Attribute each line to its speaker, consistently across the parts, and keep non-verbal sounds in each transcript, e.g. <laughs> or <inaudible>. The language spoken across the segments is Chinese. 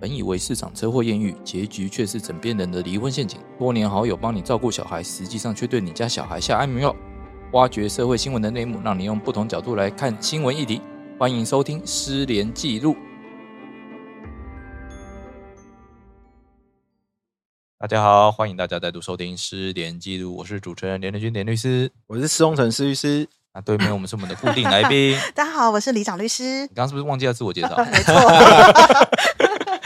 Speaker 1: 本以为市场车祸艳遇，结局却是枕边人的离婚陷阱。多年好友帮你照顾小孩，实际上却对你家小孩下安眠药。挖掘社会新闻的内幕，让你用不同角度来看新闻议题。欢迎收听《失联记录》。大家好，欢迎大家再度收听《失联记录》，我是主持人连德军连律师。
Speaker 2: 我是施宏成施律师，
Speaker 1: 那对面我们是我们的固定来
Speaker 2: <laughs>
Speaker 1: 宾。
Speaker 3: 大家好，我是李长律师。
Speaker 1: 你刚刚是不是忘记了自我介绍？
Speaker 3: 没错，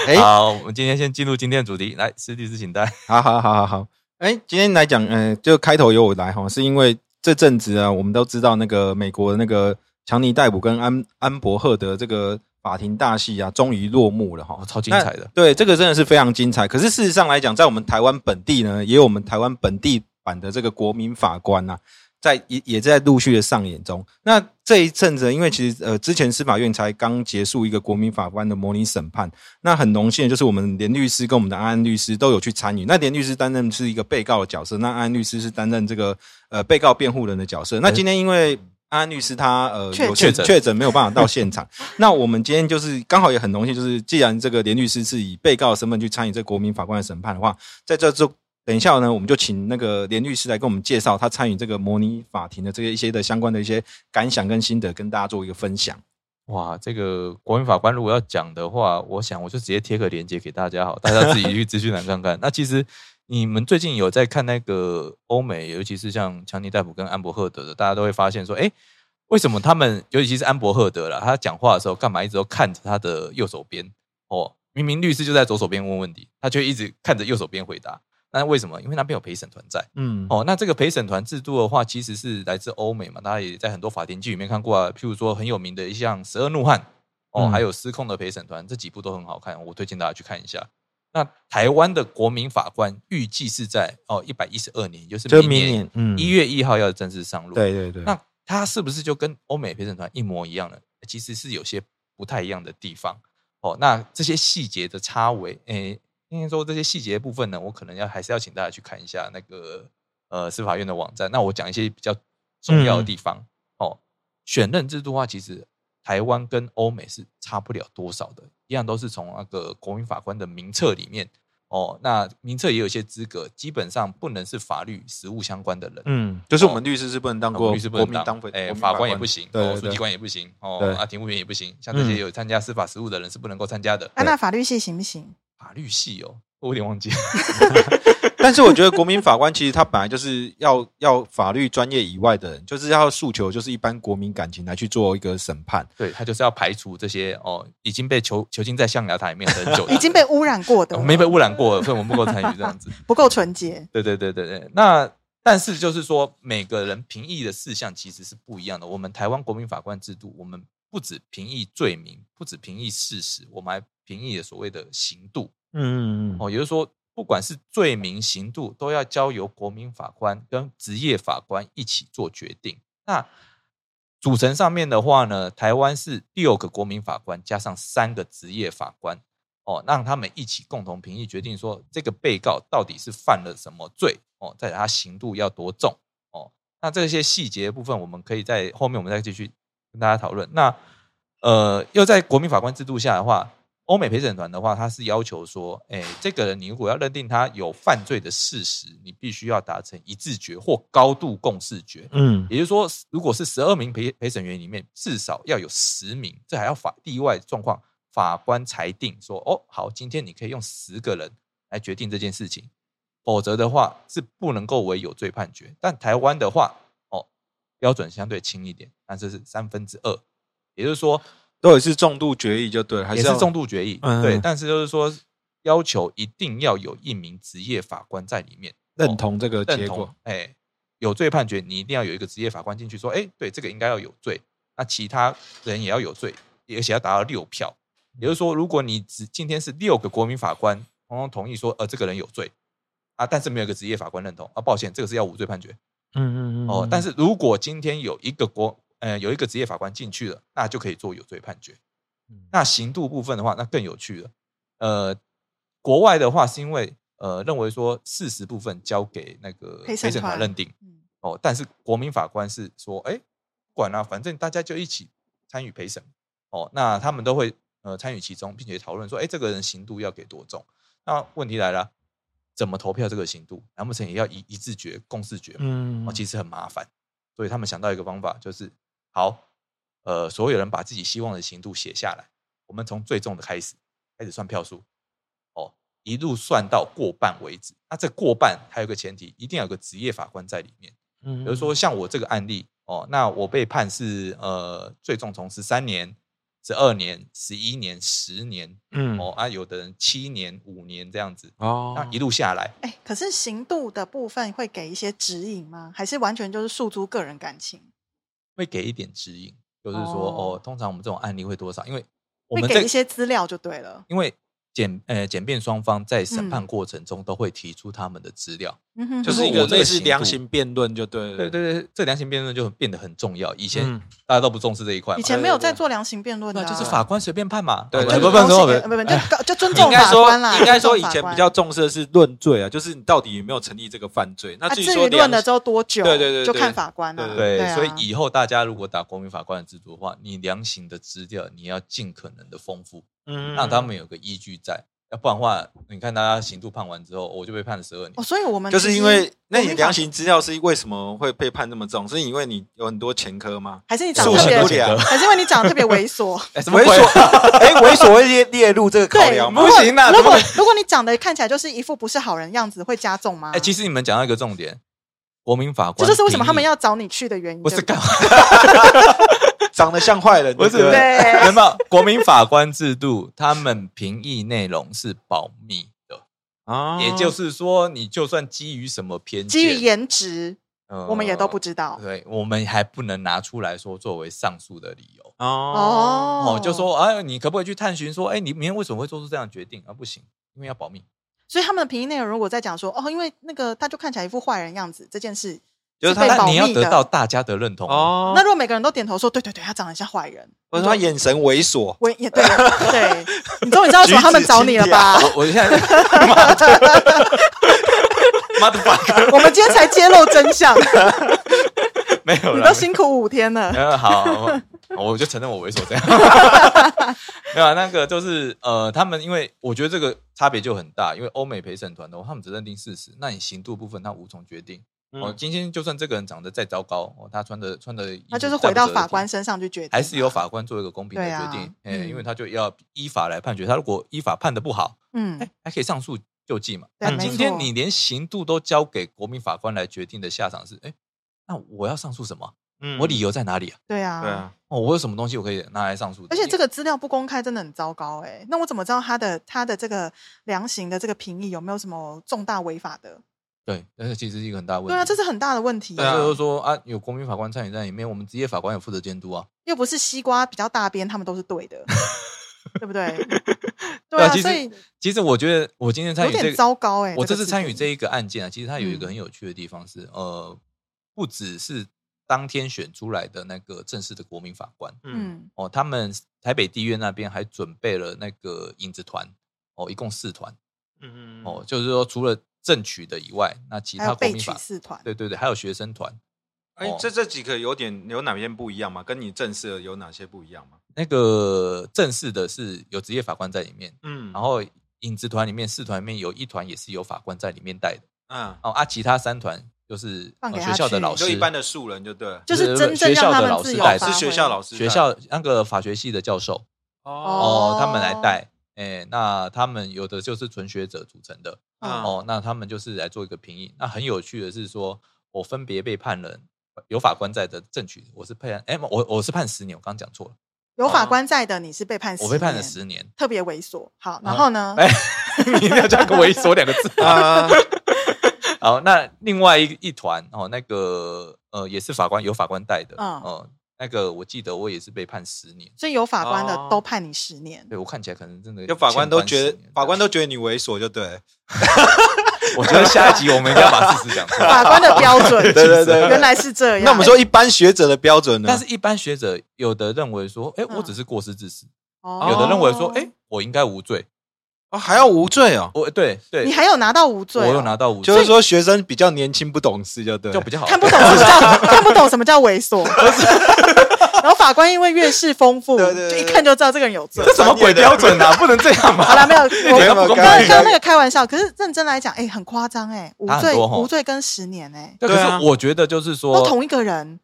Speaker 2: 哎、
Speaker 1: 好，我们今天先进入今天的主题，来，师弟是请带。
Speaker 2: 好好好好好，哎、今天来讲，嗯、就开头由我来哈，是因为这阵子啊，我们都知道那个美国的那个强尼戴普跟安安伯赫德这个法庭大戏啊，终于落幕了哈
Speaker 1: 哦，。超精彩的，
Speaker 2: 对，这个真的是非常精彩。可是事实上来讲，在我们台湾本地呢，也有我们台湾本地版的这个国民法官呐、在也也在陆续的上演中。那这一阵子，因为其实呃，之前司法院才刚结束一个国民法官的模拟审判，那很荣幸的就是我们连律师跟我们的安安律师都有去参与。那连律师担任是一个被告的角色，那安安律师是担任这个呃被告辩护人的角色。那今天因为安安律师他呃
Speaker 3: 确
Speaker 2: 有
Speaker 1: 确
Speaker 2: 确
Speaker 1: 诊
Speaker 2: 确诊没有办法到现场，那我们今天就是刚好也很荣幸，就是既然这个连律师是以被告的身份去参与这国民法官的审判的话，在这中等一下呢，我们就请那个连律师来跟我们介绍他参与这个模拟法庭的这个一些的相关的一些感想跟心得，跟大家做一个分享。
Speaker 1: 哇！这个国民法官如果要讲的话，我想我就直接贴个链接给大家好，大家自己去 <laughs> 资讯栏看看。那其实你们最近有在看那个欧美，尤其是像强尼戴普跟安伯赫德的，大家都会发现说，哎，为什么他们，尤其是安伯赫德啦，他讲话的时候干嘛一直都看着他的右手边？哦，明明律师就在左手边问问题，他却一直看着右手边回答。那为什么？因为那边有陪审团在。
Speaker 2: 嗯，
Speaker 1: 哦，那这个陪审团制度的话，其实是来自欧美嘛，大家也在很多法庭剧里面看过啊，譬如说很有名的一项《十二怒汉》哦，
Speaker 2: 嗯
Speaker 1: 还有《失控的陪审团》，这几部都很好看，我推荐大家去看一下。那台湾的国民法官预计是在哦一百一十二年，也就是
Speaker 2: 就是
Speaker 1: 明
Speaker 2: 明
Speaker 1: 年
Speaker 2: 年嗯
Speaker 1: 一月一号要正式上路。，
Speaker 2: 对对对，
Speaker 1: 那它是不是就跟欧美陪审团一模一样呢？其实是有些不太一样的地方哦。那这些细节的差尾，诶，应该说这些细节的部分呢，我可能要还是要请大家去看一下那个呃司法院的网站。那我讲一些比较重要的地方、哦。选任制度的话，其实台湾跟欧美是差不了多少的，一样都是从那个国民法官的名册里面。哦，那名册也有一些资格，基本上不能是法律、实务相关的人。
Speaker 2: 嗯，就是我们律师是不能当过
Speaker 1: 律师不能
Speaker 2: 国民
Speaker 1: 当
Speaker 2: 当非，
Speaker 1: 哎、
Speaker 2: 国民
Speaker 1: 法官也不行，
Speaker 2: 对
Speaker 1: 哦，书
Speaker 2: 对
Speaker 1: 记
Speaker 2: 对，
Speaker 1: 官也不行，哦
Speaker 2: 对，嗯
Speaker 1: 啊，庭务员也不行，像这些有参加司法实务的人是不能够参加的。
Speaker 3: 啊，那法律系行不行？
Speaker 1: 法律系哦，我有点
Speaker 2: <laughs>
Speaker 1: 忘记了。
Speaker 2: <laughs> 但是我觉得国民法官其实他本来就是要要法律专业以外的人，就是要诉求就是一般国民感情来去做一个审判。
Speaker 1: 对他就是要排除这些哦，已经被囚囚禁在象牙塔里面很
Speaker 3: <laughs>
Speaker 1: 久的人，
Speaker 3: 已经被污染过的
Speaker 2: 哦
Speaker 1: 我，没被污染过了，所以我们不够参与这样子。
Speaker 3: 不够纯洁。
Speaker 1: 对对对对对，那但是就是说，每个人评议的事项其实是不一样的。我们台湾国民法官制度，我们不止评议罪名，不止评议事实，我们还评议所谓的刑度。
Speaker 2: 嗯嗯
Speaker 1: 哦，也就是说，不管是罪名、刑度，都要交由国民法官跟职业法官一起做决定。那组成上面的话呢，台湾是六个国民法官加上三个职业法官，哦，让他们一起共同评议决定说这个被告到底是犯了什么罪，哦，再来他刑度要多重，哦，那这些细节部分我们可以在后面我们再继续跟大家讨论。那呃，又在国民法官制度下的话，欧美陪审团的话，他是要求说，哎，这个人你如果要认定他有犯罪的事实，你必须要达成一致决或高度共视觉。
Speaker 2: 嗯
Speaker 1: 也就是说，如果是十二名陪陪审员里面，至少要有十名，这还要法例外状况，法官裁定说，哦，好，今天你可以用十个人来决定这件事情，否则的话是不能够为有罪判决。但台湾的话，哦，标准相对轻一点，但是是三分之二，也就是说
Speaker 2: 都有是重度决议就对了，还
Speaker 1: 也
Speaker 2: 要
Speaker 1: 是重度决议，
Speaker 2: 嗯
Speaker 1: 对，
Speaker 2: 嗯
Speaker 1: 但是就是说要求一定要有一名职业法官在里面哦
Speaker 2: 认同这个
Speaker 1: 认
Speaker 2: 结
Speaker 1: 同
Speaker 2: 果。，
Speaker 1: 哎，有罪判决你一定要有一个职业法官进去说，哎，对，这个应该要有罪，那其他人也要有罪，而且要达到六票，也就是说，如果你只今天是六个国民法官通通同意说，呃，这个人有罪。啊，但是没有一个职业法官认同啊，抱歉，这个是要无罪判决
Speaker 2: 嗯
Speaker 1: 哦。但是如果今天有一个国，呃，有一个职业法官进去了，那就可以做有罪判决。
Speaker 2: 嗯
Speaker 1: 那刑度部分的话，那更有趣了。呃，国外的话是因为呃认为说事实部分交给那个陪
Speaker 3: 陪审
Speaker 1: 审团
Speaker 3: 团
Speaker 1: 认定
Speaker 3: 嗯
Speaker 1: 哦，但是国民法官是说，哎，不管了、反正大家就一起参与陪审哦。那他们都会呃参与其中，并且讨论说，哎，这个人刑度要给多重？那问题来了，怎么投票这个刑度？难不成也要一一致决、共视决吗？
Speaker 2: 嗯
Speaker 1: 哦，其实很麻烦，所以他们想到一个方法，就是好，呃，所有人把自己希望的刑度写下来，我们从最重的开始，开始算票数，哦，一路算到过半为止。那这过半还有个前提，一定要有个职业法官在里面。
Speaker 2: 比
Speaker 1: 比如说像我这个案例，哦，那我被判是呃最重从十三年、十二年、十一年、十年，
Speaker 2: 嗯
Speaker 1: 哦啊，有的人七年、五年这样子，
Speaker 2: 哦
Speaker 1: 那一路下来。
Speaker 3: 哎、可是刑度的部分会给一些指引吗？还是完全就是诉诸个人感情？
Speaker 1: 会给一点指引，就是说
Speaker 3: 哦
Speaker 1: 哦通常我们这种案例会多少？因为我
Speaker 3: 会
Speaker 1: 们
Speaker 3: 给
Speaker 1: 这
Speaker 3: 一些资料就对了。
Speaker 1: 因为检呃检辩双方在审判
Speaker 3: 嗯
Speaker 1: 过程中都会提出他们的资料，
Speaker 3: 嗯哼
Speaker 2: 就是
Speaker 1: 说
Speaker 2: 一个
Speaker 1: 我这个
Speaker 2: 类似
Speaker 1: 刑
Speaker 2: 量
Speaker 1: 度
Speaker 2: 刑辩论，就对了
Speaker 1: 对对对，这良心辩论就变得很重要。以前、
Speaker 2: 嗯
Speaker 1: 大家都不重视这一块嘛，
Speaker 3: 以前没有
Speaker 2: 对对
Speaker 3: 在
Speaker 2: 对
Speaker 3: 做量刑辩论的
Speaker 1: 那
Speaker 3: 啊、
Speaker 1: 就是法官随便判嘛，
Speaker 2: 对
Speaker 1: 啊
Speaker 2: 对
Speaker 1: 不
Speaker 2: 对
Speaker 1: 不不不
Speaker 3: 不不不，就就尊
Speaker 2: 应
Speaker 3: 重
Speaker 2: 该
Speaker 3: 法
Speaker 2: 说
Speaker 3: 官啦。
Speaker 2: 哎应该
Speaker 3: 尊重
Speaker 2: 说以
Speaker 3: 法
Speaker 2: 前
Speaker 3: 官
Speaker 2: 比较重视的是论罪啊，就是你到底有没有成立这个犯罪。那
Speaker 3: 啊，
Speaker 2: 至于
Speaker 3: 至
Speaker 2: 说
Speaker 3: 于论了
Speaker 2: 良
Speaker 3: 之后多久，
Speaker 2: 对对对
Speaker 3: 就
Speaker 2: 对
Speaker 3: 看法官了、
Speaker 2: 对
Speaker 1: 对，
Speaker 3: 啊
Speaker 1: 所以以后大家如果打国民法官的制度的话，你量刑的资料你要尽可能的丰富，
Speaker 2: 嗯
Speaker 1: 让他们有个依据在，要不然的话，你看大家刑度判完之后，我就被判了十二年
Speaker 3: 哦，。所以我们
Speaker 2: 就是
Speaker 3: 其实
Speaker 2: 因为那
Speaker 3: 国
Speaker 2: 你
Speaker 3: 民
Speaker 2: 量
Speaker 3: 法
Speaker 2: 刑资料是为什么会被判那么重？是因为你有很多前科吗？
Speaker 3: 还是你长
Speaker 2: 素
Speaker 3: 得特
Speaker 2: 行
Speaker 3: 别
Speaker 2: 不，良，
Speaker 3: 还是因为你长得特别猥琐？
Speaker 1: 啊哎，什么
Speaker 2: 猥
Speaker 1: 鬼？
Speaker 2: 琐， <laughs> 哎，猥琐会列列入这个考
Speaker 3: 对，
Speaker 2: 量
Speaker 3: 如
Speaker 2: 吗
Speaker 1: 不？
Speaker 3: 果
Speaker 1: 行啊
Speaker 3: 如
Speaker 1: 怎么
Speaker 3: 果
Speaker 1: 会
Speaker 3: 如果你长得看起来就是一副不是好人样子，会加重吗？
Speaker 1: 哎、其实你们讲到一个重点，国民法
Speaker 3: 这
Speaker 1: 官，
Speaker 3: 就是为什么他们要找你去的原因。
Speaker 1: 不是
Speaker 3: 对
Speaker 1: 干
Speaker 3: 对
Speaker 1: 嘛？
Speaker 2: 长得像坏人，
Speaker 1: 不是
Speaker 2: 对对
Speaker 1: <laughs>
Speaker 3: 对
Speaker 1: 有没有国民法官制度？他们评议内容是保密的，
Speaker 2: 啊
Speaker 1: 也就是说，你就算基于什么偏见，
Speaker 3: 基于颜
Speaker 1: <laughs>
Speaker 3: 值，
Speaker 1: 呃
Speaker 3: 我们也都不知道。
Speaker 1: 对，我们还不能拿出来说作为上诉的理由。
Speaker 2: 哦
Speaker 3: 哦
Speaker 1: 哦，就，说哎，你可不可以去探寻说，哎，你明天为什么会做出这样的决定？啊，不行，因为要保密。
Speaker 3: 所以他们的评议内容如果在讲说，哦，因为那个他就看起来一副坏人样子，这件事
Speaker 2: 就是
Speaker 3: 被
Speaker 2: 他
Speaker 3: 保
Speaker 1: 但
Speaker 3: 密
Speaker 1: 你要得
Speaker 3: 的
Speaker 1: 到大家的认同。哦，
Speaker 2: 哦
Speaker 3: 那，如果每个人都点头说，对对对，他长得像坏人，
Speaker 2: 或者他眼神猥琐，
Speaker 3: 我也对对，
Speaker 1: <laughs>
Speaker 3: 你终于知道为什么他们找你了吧？
Speaker 1: 我我现在 <laughs>
Speaker 3: <laughs>
Speaker 1: 妈的 fuck
Speaker 3: 我们今天才揭露
Speaker 1: <laughs>
Speaker 3: 真相，
Speaker 1: 没有
Speaker 3: 你
Speaker 1: 了，
Speaker 3: 都辛苦五
Speaker 1: <laughs>
Speaker 3: 天了。
Speaker 1: 嗯，好，好我就承认我猥琐这
Speaker 3: <laughs>
Speaker 1: 样。没有啊，那个就是呃，他们因为我觉得这个差别就很大，因为欧美陪审团的话，他们只认定事实，那你刑度部分他无从决定。
Speaker 3: 嗯
Speaker 1: 哦，今天就算这个人长得再糟糕，哦，他穿的穿的衣服
Speaker 3: 那就是
Speaker 1: 再不
Speaker 3: 回到
Speaker 1: 得体
Speaker 3: 法官，身上去决定，
Speaker 1: 还是由法官做一个公平的
Speaker 3: 对啊
Speaker 1: 决定。哎、
Speaker 3: 嗯
Speaker 1: 因为他就要依法来判决，他如果依法判的不好，
Speaker 3: 嗯
Speaker 1: 哎、，还可以上诉救济嘛。
Speaker 3: 对
Speaker 1: 那
Speaker 3: 没
Speaker 1: 嗯今天
Speaker 3: 错
Speaker 1: 你连刑度都交给国民法官来决定的下场是，哎、那我要上诉什么？
Speaker 3: 嗯
Speaker 1: 我理
Speaker 2: 由
Speaker 1: 由在哪里啊？
Speaker 2: 嗯
Speaker 3: 对
Speaker 2: 对
Speaker 3: 啊。
Speaker 2: 啊，
Speaker 1: 哦，我有什么东西我可以拿来上诉的？
Speaker 3: 而且这
Speaker 1: 个
Speaker 3: 个资料不公开真的很糟糕哎、那我怎么知道他的他的这个量刑的这个评议有没有什么重大违法的？
Speaker 1: 对，但是其实是一个很大的问题。
Speaker 3: 对啊，这是很大的问题、欸
Speaker 1: 对
Speaker 2: 啊
Speaker 1: 就是说啊，有国民法官参与在里面，我们职业法官有负责监督啊。
Speaker 3: 又不是西瓜比较大边，他们都是
Speaker 1: <laughs>
Speaker 3: 对的，对不对？对
Speaker 1: 对啊
Speaker 3: 啊，
Speaker 1: 其实
Speaker 3: 所以
Speaker 1: 其实我觉得我今天参
Speaker 3: 有
Speaker 1: 与这
Speaker 3: 点
Speaker 1: 个，
Speaker 3: 糟糕哎、
Speaker 1: 我这
Speaker 3: 个
Speaker 1: 次
Speaker 3: 制
Speaker 1: 参与
Speaker 3: 度
Speaker 1: 这一个案件啊，其实它有一个
Speaker 3: 嗯
Speaker 1: 很有趣的地方是，呃，不只是当天选出来的那个正式的国民法官
Speaker 2: 嗯
Speaker 3: 嗯
Speaker 1: 哦，他们台北地院那边还准备了那个影子团哦，一共四团
Speaker 2: 嗯
Speaker 1: 哦，就是说除了正取的以外，那其
Speaker 3: 还
Speaker 1: 他
Speaker 3: 有
Speaker 1: 国
Speaker 3: 被
Speaker 1: 民
Speaker 3: 取
Speaker 1: 法
Speaker 3: 四团，
Speaker 1: 对对对，还有学生团。
Speaker 2: 哎
Speaker 1: 哦，
Speaker 2: 这这几个有点有哪边不一样吗？跟你正式的有哪些不一样吗？
Speaker 1: 那个正式的是有职业法官在里面，
Speaker 2: 嗯
Speaker 1: 然后影子团里面四团里面有一团也是有法官在里面带的
Speaker 2: 嗯，
Speaker 1: 哦，啊，其他三团就是、
Speaker 3: 放给
Speaker 1: 呃
Speaker 3: 他
Speaker 1: 学校的
Speaker 3: 去
Speaker 1: 老
Speaker 2: 就
Speaker 1: 师，
Speaker 2: 一般的素人就对了，
Speaker 3: 就是
Speaker 1: 是
Speaker 3: 真正
Speaker 1: 学校
Speaker 3: 让他
Speaker 1: 的
Speaker 3: 们
Speaker 1: 老
Speaker 3: 自
Speaker 1: 师
Speaker 3: 由
Speaker 1: 带
Speaker 3: 发
Speaker 1: 是
Speaker 2: 是学
Speaker 3: 挥
Speaker 2: 校老师
Speaker 1: 学校那个法学系的教授
Speaker 2: 哦
Speaker 1: 哦他们来
Speaker 3: 哦
Speaker 1: 带，哎，那他们有的就是纯学者组成的
Speaker 3: 嗯
Speaker 1: 哦，那他们就是来做一个评议。那很有趣的是说，我分别被判了有法官在的正取，我是判哎，我我是判十年，我刚刚讲错了，
Speaker 3: 有法
Speaker 2: 哦
Speaker 3: 官在的，你是被判
Speaker 1: 我被判了
Speaker 3: 年
Speaker 1: 十年。
Speaker 3: 特别猥琐。好，然后呢？
Speaker 1: 哎， <laughs> 你一定要加个猥琐两个字。
Speaker 2: 啊，
Speaker 1: 好，那另外一一团哦，那个呃也是法官有法官带的，
Speaker 3: 嗯
Speaker 1: 嗯、呃，那个我记得我也是被判十年，
Speaker 3: 所以有法官的
Speaker 2: 哦
Speaker 3: 都判你十
Speaker 1: <laughs>
Speaker 3: 年，
Speaker 1: 对我看起来可能真的
Speaker 2: 就法官都
Speaker 1: 欠关
Speaker 2: 觉
Speaker 1: 10
Speaker 2: 得
Speaker 1: 年
Speaker 2: 法官，都觉得你猥琐就对了，
Speaker 1: 我觉得下一集我们一定要把事实讲出
Speaker 3: <laughs>
Speaker 1: 来。
Speaker 3: 法官的标准
Speaker 2: 对对对
Speaker 3: 原来是这样。欸
Speaker 2: 那我们说一般学者的标准呢？
Speaker 1: 但是，一般学者有的认为说，哎、我只是过失致死；
Speaker 3: 嗯哦，
Speaker 1: 有的认为说，哎、我应该无罪。
Speaker 2: 哦，还要无罪哦，
Speaker 1: 我对对，
Speaker 3: 你还有拿到无罪
Speaker 1: 我
Speaker 3: 哦，
Speaker 1: 有拿到无罪，
Speaker 2: 就是说学生比较年轻不懂事就对
Speaker 1: 就 <laughs>
Speaker 2: 了
Speaker 1: 比较好。 <laughs>
Speaker 3: 看不懂什么叫看不懂什么叫猥琐，然后法官因为阅识丰富，
Speaker 2: 对对
Speaker 3: 就
Speaker 2: 对
Speaker 3: 一看就知道这个人有
Speaker 1: <laughs>
Speaker 3: 罪。
Speaker 1: 这什么鬼标准啊？不能这样
Speaker 3: 好
Speaker 1: 吧？
Speaker 3: 了，没有，
Speaker 1: 你
Speaker 3: 我
Speaker 1: 觉得
Speaker 2: 没有
Speaker 1: 不公
Speaker 3: 刚
Speaker 1: 平
Speaker 3: 刚刚那个开玩笑，可是认真来讲，哎、很夸张哎，无
Speaker 1: 差很
Speaker 3: 罪
Speaker 1: 多吼
Speaker 3: 无罪跟十年哎、
Speaker 1: 对，
Speaker 2: 对啊
Speaker 1: 可是我觉得就是说
Speaker 3: 都，同一个人，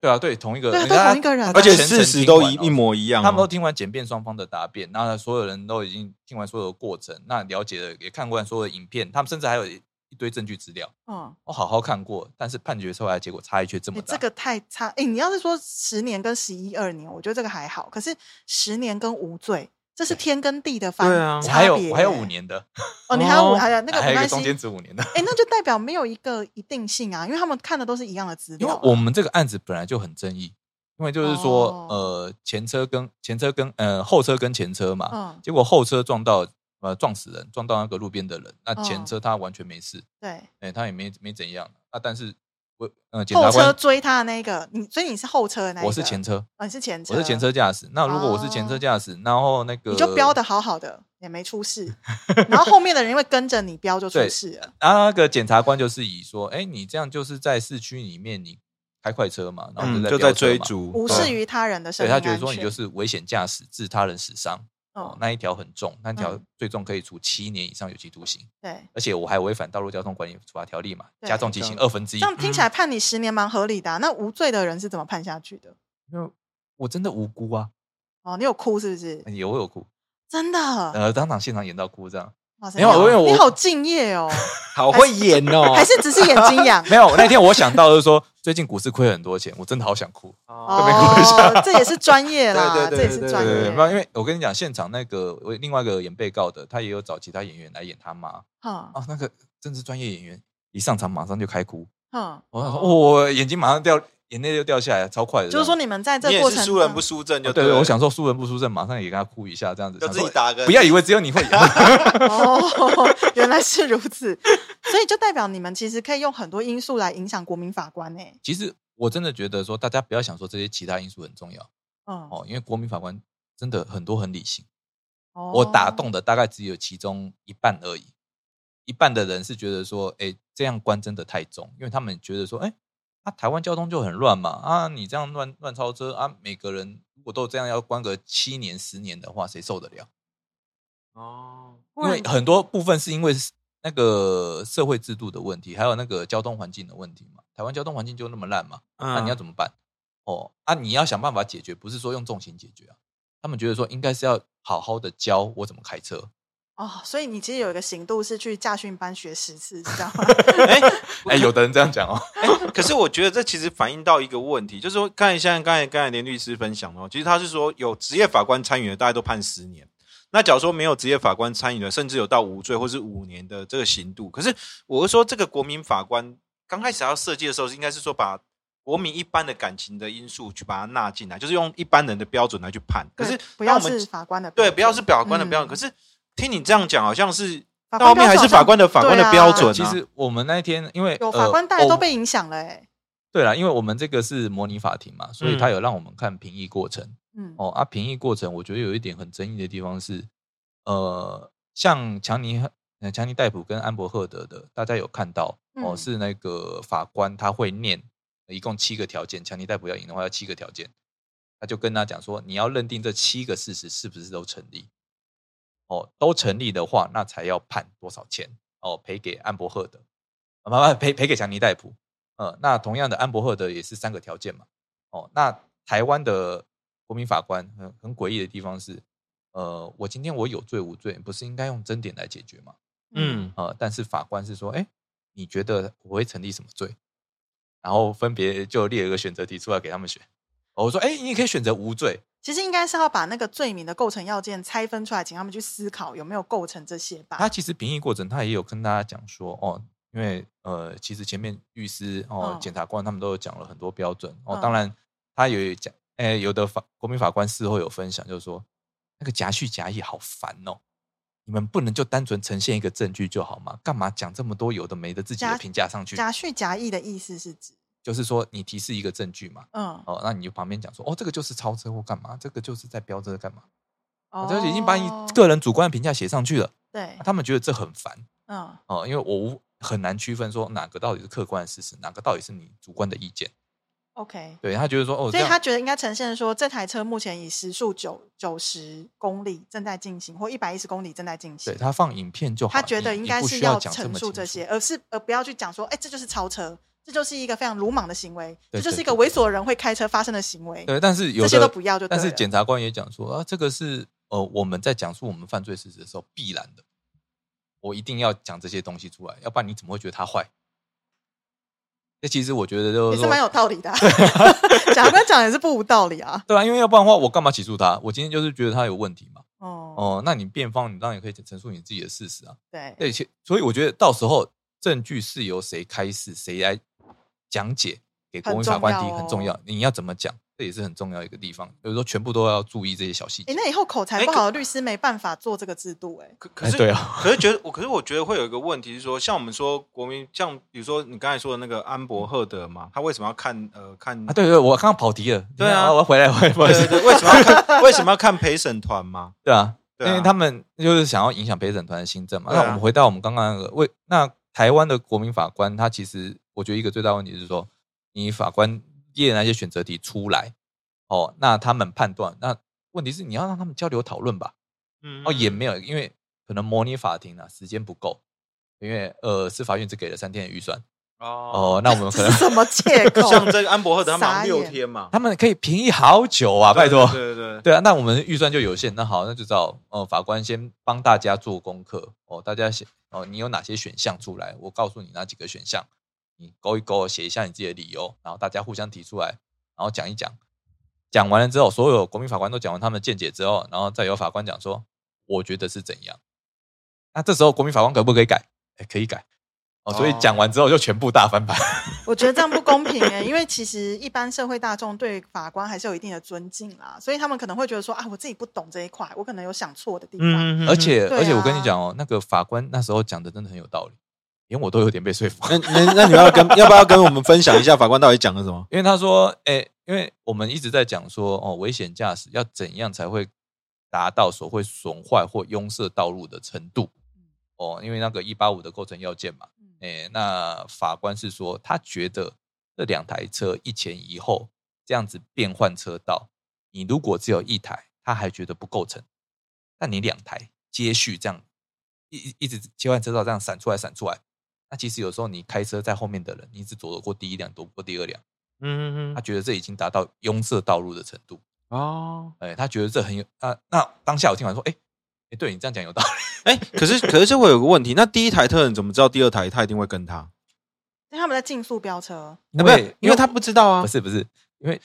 Speaker 1: 对啊，对同一个，
Speaker 3: 对啊
Speaker 1: 人家
Speaker 3: 都同一个人
Speaker 1: 他
Speaker 2: 而且
Speaker 1: 全程
Speaker 2: 事实
Speaker 1: 听
Speaker 2: 都
Speaker 1: 完
Speaker 2: 一
Speaker 1: 哦
Speaker 2: 一模一样哦。
Speaker 1: 他们都听完检辩双方的答辩，然后所有人都已经听完所有的过程，那了解了也看过所有的影片，他们甚至还有一一堆证据资料，
Speaker 3: 嗯，
Speaker 1: 我好好看过，但是判决出来的结果差异却这
Speaker 3: 哎
Speaker 1: 么大。
Speaker 3: 这个太差哎、你要是说十年跟十一二年，我觉得这个还好，可是十年跟无罪。这是天跟地的翻
Speaker 2: 对啊
Speaker 1: 我
Speaker 3: 差
Speaker 1: 还
Speaker 3: 别、
Speaker 1: 有我还有五年的，
Speaker 3: 哦，你还有五，
Speaker 2: 哦
Speaker 3: 还有那
Speaker 1: <laughs>
Speaker 3: 个
Speaker 1: 还
Speaker 3: 没
Speaker 1: 有一个
Speaker 3: 关
Speaker 1: 中
Speaker 3: 系，
Speaker 1: 间值五年的，
Speaker 3: 哎、那就代表没有一个一定性啊，因为他们看的都是一样的资
Speaker 1: 因为
Speaker 3: 料啊。
Speaker 1: 我们这个案子本来就很争议，因为就是说、
Speaker 3: 哦
Speaker 1: 呃前车跟前车跟呃后车跟前车嘛，
Speaker 3: 嗯，
Speaker 1: 结果后车撞到呃撞死人，撞到那个路边的人，那前
Speaker 3: 嗯
Speaker 1: 车他完全没事，
Speaker 3: 对，
Speaker 1: 哎、他也没没怎样，啊，但是我呃检察
Speaker 3: 后车
Speaker 1: 官
Speaker 3: 追他的那一个，你所以你是后车的那一个，
Speaker 1: 我是前车。
Speaker 3: 哦，你是前车，
Speaker 1: 我是前车驾驶。那如果我是前车驾驶，然后那个
Speaker 3: 哦你就标的好好的，也没出事。然后后面的人因为跟着你标就出
Speaker 1: 对
Speaker 3: 事了。
Speaker 1: 啊，那个检察官就是以说，哎，你这样就是在市区里面你开快车嘛，然后
Speaker 2: 嗯
Speaker 1: 就在
Speaker 2: 就
Speaker 1: 飙
Speaker 2: 在
Speaker 1: 车嘛
Speaker 2: 追，逐，
Speaker 3: 无
Speaker 2: 对
Speaker 3: 视于他人的生
Speaker 1: 对
Speaker 3: 命
Speaker 1: 他
Speaker 3: 安
Speaker 1: 觉
Speaker 3: 全。
Speaker 1: 得说你就是危险驾驶致他人死伤，哦
Speaker 3: 嗯，，
Speaker 1: 那一条很重，那条
Speaker 3: 嗯
Speaker 1: 最重可以处七年以上有期徒刑，
Speaker 3: 对，
Speaker 1: 而且我还违反道路交通管理处罚条例嘛，
Speaker 3: 对
Speaker 1: 加重其刑
Speaker 2: 这
Speaker 1: 二分之一
Speaker 3: 这。样听起来判你十年蛮合理的啊、那无罪的人是怎么判下去的？
Speaker 1: 因为我真的无辜啊，
Speaker 3: 哦，你有哭是不是？
Speaker 1: 也我有哭，
Speaker 3: 真的？
Speaker 1: 呃，当场现场演到哭这样，
Speaker 3: 哇塞，
Speaker 1: 没有
Speaker 3: 你好
Speaker 1: 因为我
Speaker 3: 你好敬业哦，
Speaker 2: 好会演哦，
Speaker 3: 还是只是眼睛痒？
Speaker 1: <laughs> 没有那天我想到就是说，最近股市亏很多钱，我真的好想哭。
Speaker 2: 哦
Speaker 1: 没过一
Speaker 3: <laughs> 哦，这也是专业啦，
Speaker 2: 对对对
Speaker 3: 这也
Speaker 2: 对
Speaker 3: 是
Speaker 2: 对
Speaker 3: 专
Speaker 1: 对
Speaker 3: 业
Speaker 1: 对，。没有，因为我跟你讲，现场那个我另外一个演被告的，他也有找其他演员来演他妈
Speaker 3: 哼
Speaker 2: 哦
Speaker 1: 啊，那个真是专业演员，一上场马上就开哭，
Speaker 3: 哼，
Speaker 1: 我想说，我眼睛马上掉，眼泪就掉下来，超快的这
Speaker 3: 就
Speaker 1: 样。
Speaker 3: 是说你们在这
Speaker 2: 你
Speaker 3: 个
Speaker 2: 也
Speaker 3: 过
Speaker 2: 是
Speaker 3: 程，
Speaker 2: 输人不输阵，就
Speaker 1: 哦对对，
Speaker 2: 了
Speaker 1: 我想说输人不输阵，马上也跟他哭一下，这样子
Speaker 2: 就
Speaker 1: 想
Speaker 2: 自己
Speaker 1: 说
Speaker 2: 打个
Speaker 1: 不要以为只有你会，
Speaker 3: 哦， <laughs> 原来是如此，所以就代表你们其实可以用很多因素来影响国民法官呢、欸
Speaker 1: 其实我真的觉得说，大家不要想说这些其他因素很重要
Speaker 3: 嗯，
Speaker 1: 哦，因为国民法官真的很多很理性。
Speaker 3: 哦
Speaker 1: 我打动的大概只有其中一半而已，一半的人是觉得说，哎、这样关真的太重，因为他们觉得说，哎、啊，台湾交通就很乱嘛，啊，你这样乱乱超车啊，每个人如果都这样要关个七年十年的话，谁受得了？
Speaker 2: 哦，
Speaker 3: 不
Speaker 1: 因
Speaker 3: 然
Speaker 1: 为很多部分是因为那个社会制度的问题，还有那个交通环境的问题嘛。台湾交通环境就那么烂嘛，那、
Speaker 2: 那
Speaker 1: 啊你要
Speaker 2: <laughs>
Speaker 1: 怎么办？哦，啊，你要想办法解决，不是说用重刑解决啊。他们觉得说应该是要好好的教我怎么开车，
Speaker 3: 哦，所以你其实有一个行动是去驾训班学十次，知
Speaker 2: <laughs>
Speaker 3: 道吗？
Speaker 2: 哎，
Speaker 1: <laughs> 哎、有的人这样讲哦。
Speaker 2: 可是我觉得这其实反映到一个问题，就是说，看一下刚才刚才连律师分享哦，其实他是说有职业法官参与的，大概都判十年。那假如说没有职业法官参与的，甚至有到无罪或是五年的这个刑度。可是我是说，这个国民法官刚开始要设计的时候，应该是说把国民一般的感情的因素去把它纳进来，就是用一般人的标准来去判。可是
Speaker 3: 对不
Speaker 2: 当
Speaker 3: 要
Speaker 2: 我们
Speaker 3: 是法官的标
Speaker 2: 对
Speaker 3: 准，
Speaker 2: 不要是法官的标准，
Speaker 3: 嗯
Speaker 2: 可是听你这样讲，好像是嗯
Speaker 3: 法
Speaker 2: 到后
Speaker 3: 官标准
Speaker 2: 面还是法官的法官的标
Speaker 3: 对
Speaker 2: <laughs> 准、啊。哦
Speaker 1: 其实我们那一天因为
Speaker 3: 有
Speaker 1: 呃
Speaker 3: 法官大家都
Speaker 1: 我
Speaker 3: 被影响了、欸，
Speaker 1: 对了，因为我们这个是模拟法庭嘛，所以他有让我们看评议过程、
Speaker 3: 嗯，
Speaker 1: 哦啊，评议过程我觉得有一点很争议的地方是，呃，像强尼呃强尼戴普跟安伯赫德的，大家有看到哦，
Speaker 3: 嗯
Speaker 1: 是那个法官他会念一共七个条件，强尼戴普要赢的话要七个条件，他就跟他讲说，你要认定这七个事实是不是都成立。哦，都成立的话，那才要判多少钱哦，赔给安伯赫德，啊，不不赔赔给强尼戴普。呃，那同样的，安伯赫德也是三个条件嘛。哦，那台湾的国民法官很很诡异的地方是，呃，我今天我有罪无罪，不是应该用争点来解决吗？
Speaker 2: 嗯，
Speaker 1: 呃，但是法官是说，哎，你觉得我会成立什么罪？然后分别就列了一个选择题出来给他们选。哦我说，哎，你也可以选择无罪，
Speaker 3: 其实应该是要把那个罪名的构成要件拆分出来，请他们去思考有没有构成这些吧。
Speaker 1: 他其实评议过程，他也有跟大家讲说，哦，因为呃，其实前面律师哦、
Speaker 3: 嗯
Speaker 1: 检察官他们都有讲了很多标准哦，
Speaker 3: 嗯
Speaker 1: 当然他有讲，哎、有的法国民法官事后有分享，就是说那个夹叙夹议好烦哦，你们不能就单纯呈现一个证据就好吗？干嘛讲这么多有的没的自己的
Speaker 3: 夹
Speaker 1: 评价上去？
Speaker 3: 夹叙夹议的意思是指，
Speaker 1: 就是说你提示一个证据嘛，
Speaker 3: 嗯，
Speaker 1: 哦，那你就旁边讲说，哦，这个就是超车或干嘛，这个就是在飙车干嘛，
Speaker 3: 哦
Speaker 1: 这、已经把你个人主观的评价写上去了，啊
Speaker 3: 对，
Speaker 1: 他们觉得这很烦。
Speaker 3: 嗯
Speaker 1: 哦、因为我无很难区分说哪个到底是客观的事实，哪个到底是你主观的意见。
Speaker 3: OK，
Speaker 1: 对他觉得说哦，
Speaker 3: 所以
Speaker 1: 这样
Speaker 3: 他觉得应该呈现说，这台车目前以时速九九十公里正在进行，或一百一十公里正在进行
Speaker 1: 对。他放影片就好，
Speaker 3: 他觉
Speaker 1: 你
Speaker 3: 得
Speaker 1: 你
Speaker 3: 应该
Speaker 1: 不
Speaker 3: 是
Speaker 1: 需要讲这
Speaker 3: 陈
Speaker 1: 么
Speaker 3: 述
Speaker 1: 清
Speaker 3: 这
Speaker 1: 楚
Speaker 3: 些，而是而不要去讲说，哎、这就是超车，这就是一个非常鲁莽的行为，
Speaker 1: 对
Speaker 3: 这就是一
Speaker 1: 对
Speaker 3: 个
Speaker 1: 对
Speaker 3: 猥琐人会开车发生的行为，
Speaker 1: 对，但是有
Speaker 3: 这
Speaker 1: 的
Speaker 3: 些都不要就对
Speaker 1: 但
Speaker 3: 了。
Speaker 1: 是检察官也讲说啊，这个是呃我们在讲述我们犯罪事实的时候必然的，我一定要讲这些东西出来，要不然你怎么会觉得他坏？这其实我觉得就是
Speaker 3: 也
Speaker 1: 说
Speaker 3: 是蛮有道理的、啊，检察官 <laughs> 讲也是不无道理啊。
Speaker 1: 对啊，因为要不然的话，我干嘛起诉他？我今天就是觉得他有问题嘛。
Speaker 3: 哦，
Speaker 1: 哦，那你辩方，你当然也可以陈述你自己的事实啊。
Speaker 3: 对，
Speaker 1: 对，其所以我觉得到时候证据是由谁开始，谁来讲解给国民法官听
Speaker 3: 很重要哦
Speaker 1: 很重要。你要怎么讲，这也是很重要一个地方。有时候全部都要注意这些小细
Speaker 3: 哎、
Speaker 1: 节。
Speaker 3: 那以后口才
Speaker 2: 哎
Speaker 3: 不
Speaker 2: 可
Speaker 3: 好的律师没办法做这个制度、哎，
Speaker 2: 可可
Speaker 1: 哎，
Speaker 2: 是
Speaker 1: 对啊，
Speaker 2: 可是觉得我，可是我觉得会有一个问题是说，像我们说国民，像比如说你刚才说的那个安博赫
Speaker 1: <laughs>
Speaker 2: 德嘛，他为什么要看呃看？
Speaker 1: 啊，对对，我刚刚跑题了。
Speaker 2: <laughs> 对啊
Speaker 1: 你看我要回来，回来，不好意
Speaker 2: 对啊
Speaker 1: 思
Speaker 2: 对，为什么要看？ <laughs> 为什么要看陪审团嘛？
Speaker 1: 对啊，
Speaker 2: 对啊
Speaker 1: 因为他们就是想要影响陪审团的新政嘛。
Speaker 2: 对
Speaker 1: 那
Speaker 2: 啊
Speaker 1: 我们回到我们刚刚那个为那台湾的国民法官，他其实我觉得一个最大问题是说，你法官列那些选择题出来，哦，那他们判断，那问题是你要让他们交流讨论吧？
Speaker 2: 嗯
Speaker 1: 哦，也没有，因为可能模拟法庭啊时间不够，因为呃，司法院只给了三天的预算，
Speaker 2: 哦。
Speaker 1: 哦，那我们可
Speaker 3: <laughs> 这
Speaker 1: 能，
Speaker 3: 是什么借口？
Speaker 2: 像这个安博赫德，他们好像
Speaker 3: 傻
Speaker 2: 六
Speaker 3: 眼
Speaker 2: 天嘛
Speaker 1: 他们可以评议好久 <laughs> 啊，拜托。
Speaker 2: 对对对对，
Speaker 1: 对啊，那我们预算就有限，那好，那就找呃法官先帮大家做功课哦，大家写哦，你有哪些选项出来？我告诉你哪几个选项，你勾一勾，写一下你自己的理由，然后大家互相提出来，然后讲一讲。讲完了之后，所有国民法官都讲完他们的见解之后，然后再由法官讲说，我觉得是怎样。那这时候国民法官可不可以改？哎，可以改。哦，所以
Speaker 2: 哦
Speaker 1: 讲完之后就全部大
Speaker 3: <laughs>
Speaker 1: 翻盘。
Speaker 3: 我觉得这样不公平哎、因为其实一般社会大众对法官还是有一定的尊敬啦，所以他们可能会觉得说啊，我自己不懂这一块，我可能有想错
Speaker 2: 嗯
Speaker 3: 的地方。
Speaker 1: 嗯而且、
Speaker 3: 对啊
Speaker 1: 而且我跟你讲哦，那个法官那时候讲的真的很有道理，连我都有点被说服。
Speaker 2: 那那那你要跟要不要跟我们分享一下法官到底讲了什么？
Speaker 1: 因为他说，哎、因为我们一直在讲说，哦，危险驾驶要怎样才会达到所谓损坏或拥塞道路的程度？哦，因为那个一八五的构成要件嘛，
Speaker 3: 嗯
Speaker 1: 哎、那法官是说，他觉得这两台车一前一后这样子变换车道，你如果只有一台，他还觉得不构成，但你两台接续这样一一一直切换车道这样闪出来闪出来，那其实有时候你开车在后面的人，你只躲得过第一辆，躲不过第二辆。
Speaker 2: 嗯
Speaker 1: 他觉得这已经达到拥塞道路的程度，
Speaker 2: 哦，
Speaker 1: 哎、他觉得这很有啊。那当下我听完说，哎、哎、对你这样讲有道理，
Speaker 2: 哎，可是 <laughs> 可是这会有个问题，那第一台特人怎么知道第二台他一定会跟他？
Speaker 3: 因为他们在竞速飙车，
Speaker 2: 啊不是，因为他不知道啊
Speaker 1: 不。是不是，因为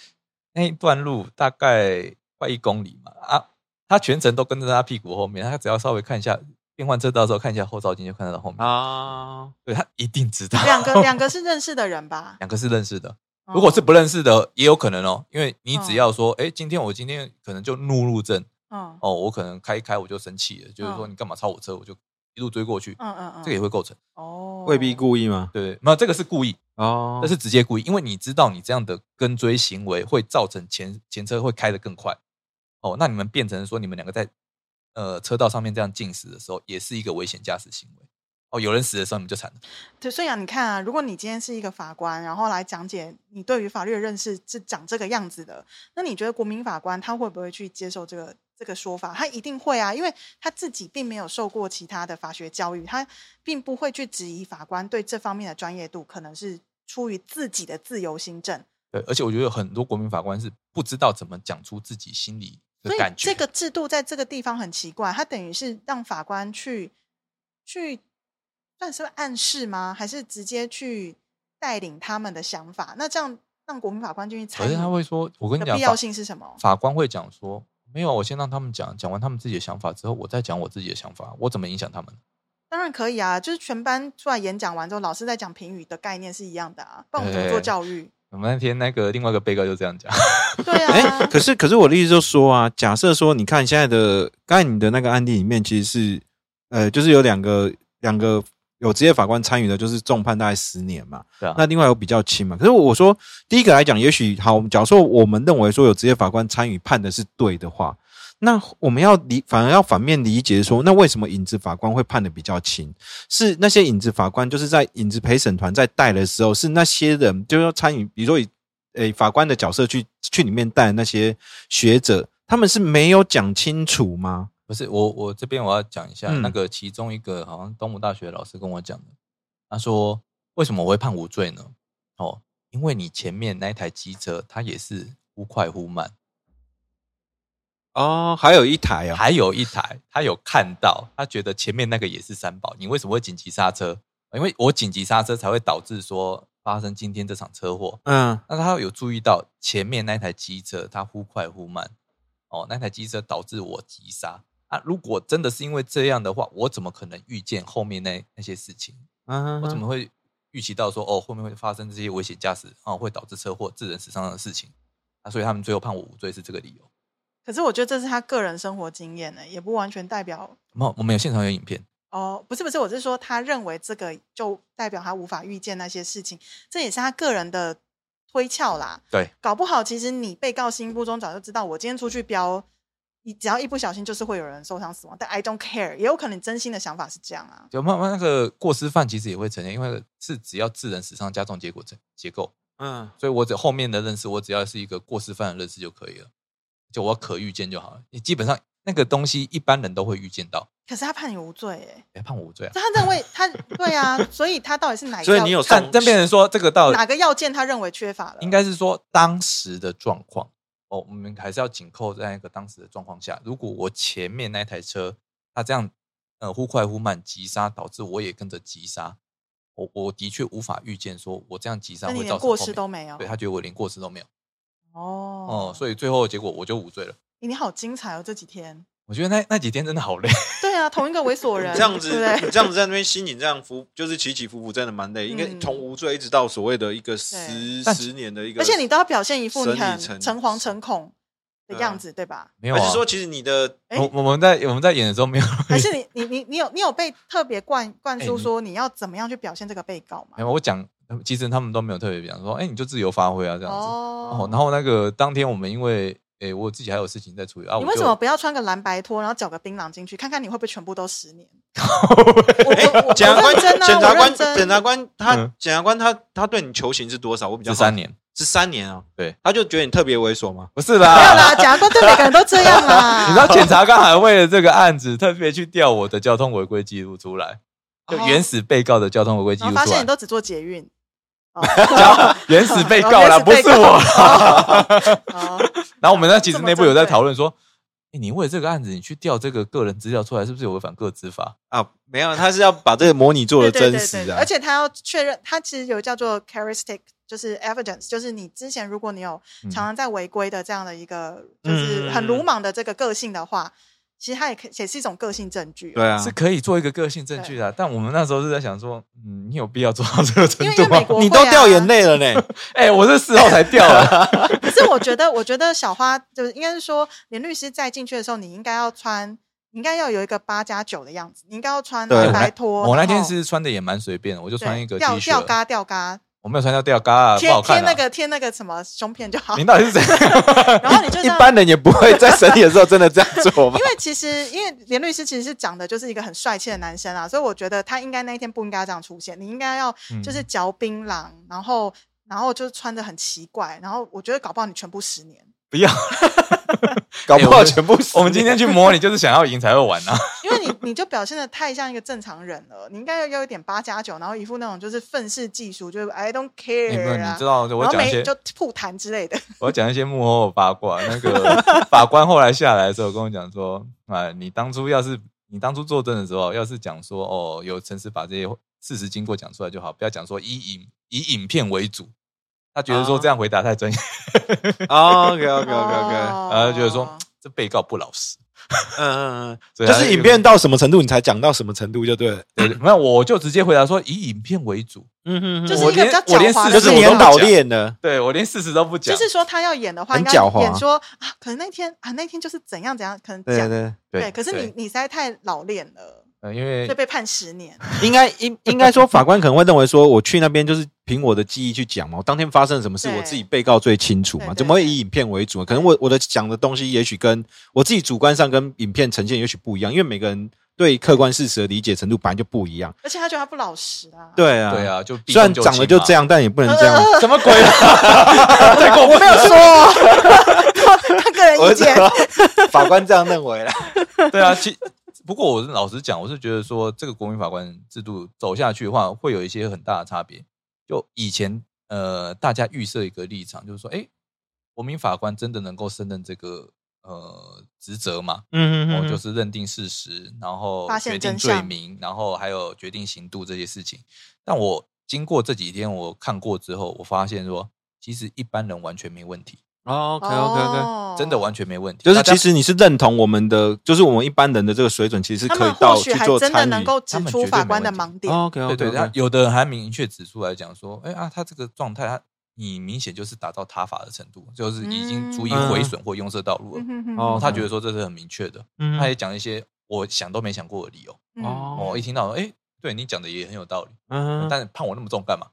Speaker 1: 那一段路大概快一公里嘛，啊，他全程都跟着他屁股后面，他只要稍微看一下变换车道的时候看一下后照镜就看得到后面，
Speaker 2: 啊，
Speaker 1: 对他一定知道。
Speaker 3: 两个两个是认识的人吧？
Speaker 1: 两个是认识的， <laughs>
Speaker 2: 哦
Speaker 1: 如果是不认识的也有可能哦，因为你
Speaker 2: 嗯
Speaker 1: 只要说，哎、今天我今天可能就怒路症
Speaker 3: 嗯
Speaker 1: 哦，我可能开一开我就生气了，就是说
Speaker 3: 嗯
Speaker 1: 你干嘛超我车，我就一路追过去，
Speaker 3: 嗯嗯嗯，
Speaker 1: 这个也会构成。
Speaker 3: 哦，
Speaker 2: 未必故意吗？
Speaker 1: 对，没有这个是故意，
Speaker 2: 哦
Speaker 1: 这是直接故意，因为你知道你这样的跟追行为会造成前前车会开得更快。哦，那你们变成说你们两个在呃车道上面这样进食的时候，也是一个危险驾驶行为。哦，有人死的时候你们就惨了。
Speaker 3: 对，所以啊，你看啊，如果你今天是一个法官，然后来讲解你对于法律的认识是长这个样子的，那你觉得国民法官他会不会去接受这个这个说法？他一定会啊，因为他自己并没有受过其他的法学教育，他并不会去质疑法官对这方面的专业度，可能是出于自己的自由心证。
Speaker 1: 对，而且我觉得很多国民法官是不知道怎么讲出自己心里
Speaker 3: 所
Speaker 1: 的
Speaker 3: 以
Speaker 1: 感觉。
Speaker 3: 这个制度在这个地方很奇怪，它等于是让法官去去算是暗示吗？还是直接去带领他们的想法？那这样让国民法官进去
Speaker 1: 可
Speaker 3: 参
Speaker 1: 是他会
Speaker 3: 与
Speaker 1: 说，我跟你
Speaker 3: 的
Speaker 1: 讲，
Speaker 3: 必
Speaker 1: 法
Speaker 3: 要性是什么？
Speaker 1: 法官会讲说，没有，我先让他们讲，讲完他们自己的想法之后，我再讲我自己的想法，我怎么影响他们？
Speaker 3: 当然可以啊，就是全班出来演讲完之后，老师在讲评语的概念是一样的啊，不然我们怎么做
Speaker 1: 哎
Speaker 3: 教
Speaker 1: <laughs>
Speaker 3: 育？
Speaker 1: 我们那天那个另外一个被告就这样讲， <laughs>
Speaker 3: 对
Speaker 2: 哎、
Speaker 3: 啊，
Speaker 2: 可是可是我的意思就说啊，假设说你看现在的刚才你的那个案例里面，其实是呃，就是有两个两个有职业法官参与的，就是重判大概十年嘛。
Speaker 1: 对啊
Speaker 2: 那另外有比较轻嘛。可是我说第一个来讲，也许好，假如说我们认为说有职业法官参与判的是对的话，那我们要理反而要反面理解说，那为什么影子法官会判的比较轻？是那些影子法官就是在影子陪审团在带的时候，是那些人就是说参与，比如说以诶法官的角色去去里面带的那些学者，他们是没有讲清楚吗？
Speaker 1: 不是我，我这边我要讲一下、
Speaker 2: 嗯
Speaker 1: 那个其中一个好像东吴大学的老师跟我讲的，他说为什么我会判无罪呢？哦，因为你前面那一台机车它也是忽快忽慢，
Speaker 2: 哦，还有一台啊、
Speaker 1: 还有一台他有看到，他觉得前面那个也是三宝，你为什么会紧急刹车？因为我紧急刹车才会导致说发生今天这场车祸。
Speaker 2: 嗯，
Speaker 1: 那他有注意到前面那台机车，它忽快忽慢，哦，那台机车导致我急刹。啊，如果真的是因为这样的话，我怎么可能预见后面那那些事情？
Speaker 2: 嗯
Speaker 1: 我怎么会预期到说，哦，后面会发生这些危险驾驶啊，会导致车祸、致人死伤的事情？啊，所以他们最后判我无罪是这个理由。
Speaker 3: 可是我觉得这是他个人生活经验呢，也不完全代表
Speaker 1: 那我们有现场有影片，
Speaker 3: 哦，不是不是，我是说他认为这个就代表他无法预见那些事情，这也是他个人的推敲啦。
Speaker 1: 对，
Speaker 3: 搞不好其实你被告心目中早就知道，我今天出去飙，你只要一不小心就是会有人受伤死亡，但 I don't care，也有可能你真心的想法是这样啊。
Speaker 1: 就慢慢那个过失犯其实也会承认，因为是只要致人死伤加重结果结结构，
Speaker 2: 嗯
Speaker 1: 所以我只后面的认识，我只要是一个过失犯的认识就可以了，就我可预见就好了。你基本上那个东西一般人都会预见到，
Speaker 3: 可是他判你无罪、欸，
Speaker 1: 哎，判我无罪啊。
Speaker 3: 他认为他对啊，所以他到底是哪一
Speaker 2: 所以
Speaker 3: 要
Speaker 2: 你有
Speaker 1: 但但变成说这个道理
Speaker 3: 哪个要件他认为缺乏了？
Speaker 1: 应该是说当时的状况哦，我们还是要紧扣在那个当时的状况下。如果我前面那台车它这样呃忽快忽慢急刹，导致我也跟着急刹，我我的确无法预见说我这样急刹
Speaker 3: 那你
Speaker 1: 会造
Speaker 3: 连
Speaker 1: 成后
Speaker 3: 过失
Speaker 1: 面
Speaker 3: 都没有
Speaker 1: 对他觉得我连过失都没有
Speaker 3: 哦
Speaker 1: 哦、所以最后结果我就无罪了。
Speaker 3: 以你好精彩哦，这几天。
Speaker 1: 我觉得那那几天真的好累，
Speaker 3: 对啊，同一个猥琐人，
Speaker 2: 这样子，
Speaker 3: 对不对
Speaker 2: 你这样子在那边心情这样浮，就是起起伏伏，真的蛮累。应该
Speaker 3: 嗯
Speaker 2: 从无罪一直到所谓的一个十
Speaker 1: 但
Speaker 2: 十年的一个，
Speaker 3: 而且你都要表现一副
Speaker 2: 生
Speaker 3: 你
Speaker 2: 理
Speaker 3: 很
Speaker 2: 成
Speaker 3: 诚惶诚恐的
Speaker 2: 对啊
Speaker 3: 样子，对吧？
Speaker 1: 没有、
Speaker 2: 还
Speaker 1: 啊？
Speaker 2: 是说，其实你的
Speaker 3: 哎
Speaker 1: 我我们在我们在演的时候没有 <laughs>
Speaker 3: 还是你你你你有你有被特别灌灌
Speaker 1: 哎
Speaker 3: 输
Speaker 1: 你
Speaker 3: 说你要怎么样去表现这个被告吗
Speaker 1: 没？有我讲，其实他们都没有特别讲说，哎、你就自由发挥啊这样子。哦
Speaker 3: 哦，
Speaker 1: 然后那个当天我们因为诶、我自己还有事情在处理啊，
Speaker 3: 你
Speaker 1: 我
Speaker 3: 为
Speaker 1: 就
Speaker 3: 什么不要穿个蓝白拖，然后搅个槟榔进去，看看你会不会全部都十
Speaker 1: <laughs>
Speaker 3: 年？我我我
Speaker 2: 哎检察官、
Speaker 3: 我认真啊
Speaker 2: 检察
Speaker 3: 我
Speaker 2: 官、
Speaker 3: 认真
Speaker 2: 检察官，他
Speaker 1: 嗯
Speaker 2: 检察官他他对你求刑是多少？我比较
Speaker 1: 十
Speaker 2: 好
Speaker 1: 三，年？
Speaker 2: 十三年啊，
Speaker 1: 对，
Speaker 2: 他就觉得你特别猥琐吗？
Speaker 1: 不是
Speaker 3: 没有
Speaker 1: 啦，
Speaker 3: 啦，检察官对每个人都这样啦。
Speaker 1: <laughs> 你知道检察官还为了这个案子特别去调我的交通违规记录出来，就
Speaker 3: 哦
Speaker 1: 原始被告的交通违规记
Speaker 3: 然
Speaker 1: 录
Speaker 3: 后发
Speaker 1: 出
Speaker 3: 现
Speaker 1: 来
Speaker 3: 你，都只做捷运。
Speaker 1: <laughs>
Speaker 3: 哦
Speaker 1: 原始被告啦，
Speaker 3: 哦
Speaker 1: 不
Speaker 3: 原始
Speaker 1: 是
Speaker 3: 被告
Speaker 1: 我 <laughs> 啦。
Speaker 3: 哦
Speaker 1: 然后我们那其实
Speaker 3: 这么
Speaker 1: 内部有在
Speaker 3: 针对
Speaker 1: 讨论说。诶你为了这个案子，你去调这个个人资料出来，是不是有违反个资法？
Speaker 2: 啊，没有，他是要把这个模拟做的
Speaker 3: 对
Speaker 2: 真
Speaker 3: 对对
Speaker 2: 实
Speaker 3: 对
Speaker 2: 啊
Speaker 3: 而。且他要确认，他其实有叫做 characteristic，就是 evidence，就是你之前如果你有
Speaker 1: 嗯
Speaker 3: 常常在违规的这样的一个，
Speaker 2: 嗯
Speaker 3: 就是很鲁莽的这个个性的话，其实它也可也是一种个性证据。
Speaker 2: 对啊，
Speaker 1: 是可以做一个个性证据的啊、但我们那时候是在想说，嗯，你有必要做到这个程
Speaker 3: 因为
Speaker 1: 度
Speaker 3: 因为美
Speaker 1: 吗？
Speaker 3: 国会啊
Speaker 2: 你都掉眼，泪了
Speaker 3: <laughs>
Speaker 2: 呢。
Speaker 1: <laughs> 哎、我是事后才调的，
Speaker 3: 可是我觉得，我觉得小花就是应该是说，连律师在进去的时候，你应该要穿，你应该要有一个八加九的样子，你应该要穿
Speaker 2: 对
Speaker 3: 白白拖。
Speaker 1: 我那
Speaker 3: 然后
Speaker 1: 天是穿的也蛮随便的，我就
Speaker 3: 哦对
Speaker 1: 穿一个 T
Speaker 3: 吊吊
Speaker 1: 恤，啊
Speaker 3: 嘎吊嘎，
Speaker 1: 我没有穿到吊嘎啊，不
Speaker 3: 贴
Speaker 1: 好
Speaker 3: 贴
Speaker 1: 看、
Speaker 3: 那
Speaker 1: 啊。 <laughs>
Speaker 3: 个贴那个什么胸片就好
Speaker 1: 您。到底是怎
Speaker 3: <laughs>
Speaker 1: 样？<laughs>
Speaker 3: 然后你就
Speaker 2: 一
Speaker 3: 这样
Speaker 2: 般人也不会在审理的时候真的这样做吧
Speaker 3: 啊因？为其实，因为连律师其实是讲的就是一个很帅气的男生啊，所以我觉得他应该那一天不应该这样出现。你应该要
Speaker 1: 嗯
Speaker 3: 就是嚼槟榔，然后然后就是穿的很奇怪，然后我觉得搞不好你全部十年，
Speaker 1: 不要，
Speaker 2: 搞不好
Speaker 1: 哎我
Speaker 2: 全部死
Speaker 1: 我们今天去模拟就是想要赢才会玩
Speaker 3: <laughs>
Speaker 1: 啊。
Speaker 3: 因为你你就表现的太像一个正常人了。你应该要要有一点八加九，然后一副那种就是愤世嫉俗，就是 I don't
Speaker 1: 你不
Speaker 3: care
Speaker 1: 你
Speaker 3: 啊
Speaker 1: 知。道，我
Speaker 3: 然后
Speaker 1: 讲一
Speaker 3: 没
Speaker 1: 些
Speaker 3: 就吐痰
Speaker 1: <laughs>
Speaker 3: 之类的，
Speaker 1: 我讲一些幕后八卦。那个
Speaker 3: <laughs>
Speaker 1: 法官后来下来的时候跟我讲说，啊，你当初要是你当初作证的时候，要是讲说哦有诚实把这些事实经过讲出来就好，不要讲说以影以影片为主。他觉得说
Speaker 2: 啊
Speaker 1: 这样回答太专业， <laughs>
Speaker 2: ？OK OK OK OK，
Speaker 3: 哦
Speaker 1: 然后觉得说这被告不老实。
Speaker 2: 嗯嗯
Speaker 1: 所
Speaker 2: 嗯，
Speaker 1: 以
Speaker 2: 就
Speaker 1: 他
Speaker 2: 是影片到什么程度你才讲到什么程度就对了。
Speaker 1: 对对没有，我就直接回答说以影片为主。
Speaker 2: 嗯哼
Speaker 3: 就是
Speaker 1: 我
Speaker 3: 一个
Speaker 1: 连
Speaker 3: 比较
Speaker 1: 我连
Speaker 3: 狡猾
Speaker 1: 事实我都
Speaker 2: 就
Speaker 3: 的人
Speaker 2: 是
Speaker 1: 不
Speaker 2: 你
Speaker 1: 讲
Speaker 2: 很老练的，
Speaker 1: 对我连事实都不讲，
Speaker 3: 就是说他要演的话，
Speaker 2: 很
Speaker 3: 应该
Speaker 2: 狡猾
Speaker 3: 演说啊，可能那天啊，那天就是怎样怎样，可能
Speaker 2: 对
Speaker 3: 讲
Speaker 2: 对，
Speaker 3: 对，可是你你实在太老练了，
Speaker 1: 呃因为
Speaker 3: 所以被判十年。
Speaker 2: 应该应应该说法官可能会认为说，我去那边就是凭我的记忆去讲嘛，我当天发生了什么事，
Speaker 3: 对
Speaker 2: 我自己被告最清楚
Speaker 3: 对
Speaker 2: 嘛，
Speaker 3: 对
Speaker 2: 怎么会以影片为主？可能我我的讲的东西也许跟我自己主观上跟影片呈现也许不一样，因为每个人。对客观事实的理解程度本来就不一样。
Speaker 3: 而且他觉得他不老实啊。，
Speaker 2: 对啊，
Speaker 1: 对，啊，就避
Speaker 2: 虽然
Speaker 1: 重就
Speaker 2: 长得
Speaker 1: 轻
Speaker 2: 就
Speaker 1: 嘛
Speaker 3: <laughs>
Speaker 2: 这，样，但也不能这样。
Speaker 1: 什么鬼啊？太过
Speaker 3: 我没有说哦， <laughs> 他个人
Speaker 2: 我
Speaker 3: 意
Speaker 2: 知
Speaker 3: 见。
Speaker 2: 道 <laughs> 法官这样认为 <laughs> 啦。
Speaker 1: <laughs> 对啊，其不过我是老实讲，我是觉得说这个国民法官制度走下去的话，会有一些很大的差别。就以前呃，大家预设一个立场，就是说，哎，国民法官真的能够胜任这个呃职责吗？
Speaker 2: 嗯
Speaker 1: 哦，就是认定事实，然后
Speaker 3: 发现
Speaker 1: 决定
Speaker 3: 真
Speaker 1: 罪
Speaker 3: 相
Speaker 1: 名，然后还有决定刑度这些事情。但我经过这几天我看过之后，我发现说，其实一般人完全没问题，
Speaker 2: OK OK OK，
Speaker 3: 哦
Speaker 1: 真的完全没问题。
Speaker 2: 就是
Speaker 1: 大家
Speaker 2: 其实你是认同我们的，就是我们一般人的这个水准，其实是
Speaker 3: 他
Speaker 2: 可以
Speaker 3: 们或
Speaker 2: 到去
Speaker 3: 许还
Speaker 2: 做
Speaker 3: 真的
Speaker 2: 参
Speaker 3: 能
Speaker 2: 与。哦
Speaker 3: 够
Speaker 1: 他
Speaker 3: 指
Speaker 1: 们
Speaker 3: 出
Speaker 1: 绝对
Speaker 3: 法
Speaker 1: 没
Speaker 3: 官的
Speaker 1: 问题
Speaker 3: 盲点。
Speaker 2: OK
Speaker 1: 对
Speaker 2: OK
Speaker 1: 对，他
Speaker 2: OK，
Speaker 1: 有的人还明确指出来讲说，哎啊，他这个状态，他你明显就是达到他法的程度，就是已经足以毁损或用色道路了。
Speaker 3: 嗯哼
Speaker 2: 哦
Speaker 1: 他觉得说这是很明确的，
Speaker 2: 嗯
Speaker 1: 他也讲一些我想都没想过的理由。
Speaker 3: 嗯
Speaker 1: 哦，一听到，哎，对你讲的也很有道理，
Speaker 2: 嗯
Speaker 1: 但是判我那么重干嘛？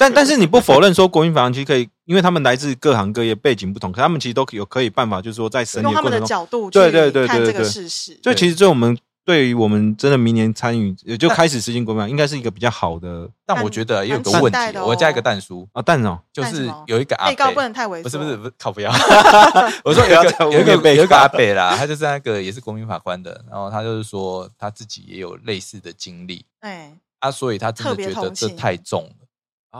Speaker 2: 但但是你不否认说国民法官其实可以，因为他们来自各行各业，背景不同，可他们其实都有可以办法，就是说在审理
Speaker 3: 用他
Speaker 2: 过
Speaker 3: 们的
Speaker 2: 程中，
Speaker 3: 角度去
Speaker 2: 对对对
Speaker 3: 看
Speaker 2: 对
Speaker 3: 这个
Speaker 2: 对
Speaker 3: 事实。
Speaker 2: 就其实对我们对于我们真的明年参与，也就开始实行国民法官，应该是一个比较好的
Speaker 1: 但
Speaker 3: 但
Speaker 1: 我觉得啊也有个
Speaker 3: 蛮期
Speaker 1: 问
Speaker 3: 待
Speaker 1: 题，
Speaker 3: 的
Speaker 1: 我加一个
Speaker 3: 哦
Speaker 1: 蛋叔，
Speaker 2: 啊，但哦，
Speaker 1: 就
Speaker 3: 蛋什
Speaker 1: 是
Speaker 3: 么
Speaker 1: 有一个阿
Speaker 3: 被告
Speaker 1: 伯
Speaker 3: 不能太猥琐。
Speaker 1: 不是不是不是靠
Speaker 3: <laughs>
Speaker 1: 不要，我说有一
Speaker 2: 不要
Speaker 1: 个
Speaker 2: 在
Speaker 1: 有一
Speaker 2: 污蔑
Speaker 1: 个
Speaker 2: 被
Speaker 1: 有一个
Speaker 2: 告
Speaker 1: 阿北啦，他就是那个也是国民法官的，然后他就是说他自己也有类似的经历
Speaker 3: 哎，
Speaker 1: 啊，所以他真
Speaker 3: 特
Speaker 1: 的
Speaker 3: 别
Speaker 1: 觉得
Speaker 3: 同
Speaker 1: 这
Speaker 3: 情
Speaker 1: 太重了，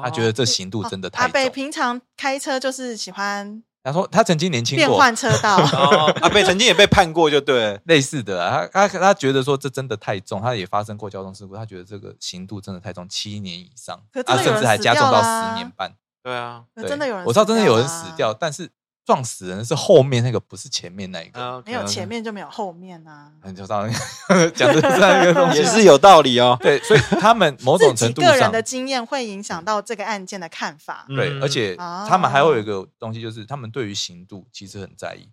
Speaker 1: 他觉得这刑度
Speaker 3: 哦
Speaker 1: 真的
Speaker 3: 阿
Speaker 1: 太
Speaker 3: 北
Speaker 1: 重。
Speaker 3: 平常开车就是喜欢
Speaker 1: 他说他曾经年轻
Speaker 3: 变
Speaker 1: 过
Speaker 3: 换车道。呃
Speaker 2: 哦 <laughs> 啊，被曾经也被判过，就对了。
Speaker 1: 类似的啊，他他他觉得说这真的太重，他也发生过交通事故，他觉得这个刑度真的太重，七年以上，
Speaker 3: 可真
Speaker 1: 啊，
Speaker 3: 的有
Speaker 1: 甚至
Speaker 3: 人
Speaker 1: 还
Speaker 3: 死
Speaker 1: 加重
Speaker 3: 掉
Speaker 1: 到
Speaker 3: 啦
Speaker 1: 十年半。
Speaker 2: 对啊
Speaker 3: 可
Speaker 1: 对
Speaker 3: 真的有人，
Speaker 1: 我知道真的有人
Speaker 3: 啊
Speaker 1: 死掉，，但是撞死人是后面那个，不是前面那一个。 <laughs>
Speaker 2: 啊，
Speaker 3: 没有前面就没有后面啊。
Speaker 1: 很就当讲的是那个东西
Speaker 2: 也是有道理哦。
Speaker 1: 对，所以他们某
Speaker 3: 自
Speaker 1: 种
Speaker 3: 己
Speaker 1: 程度
Speaker 3: 个人
Speaker 1: 上
Speaker 3: 的，经验会影响到这个案件的看法。
Speaker 1: 对，
Speaker 2: 嗯
Speaker 1: 而且他们还会
Speaker 3: 哦
Speaker 1: 有一个东西，就是他们对于刑度其实很在意。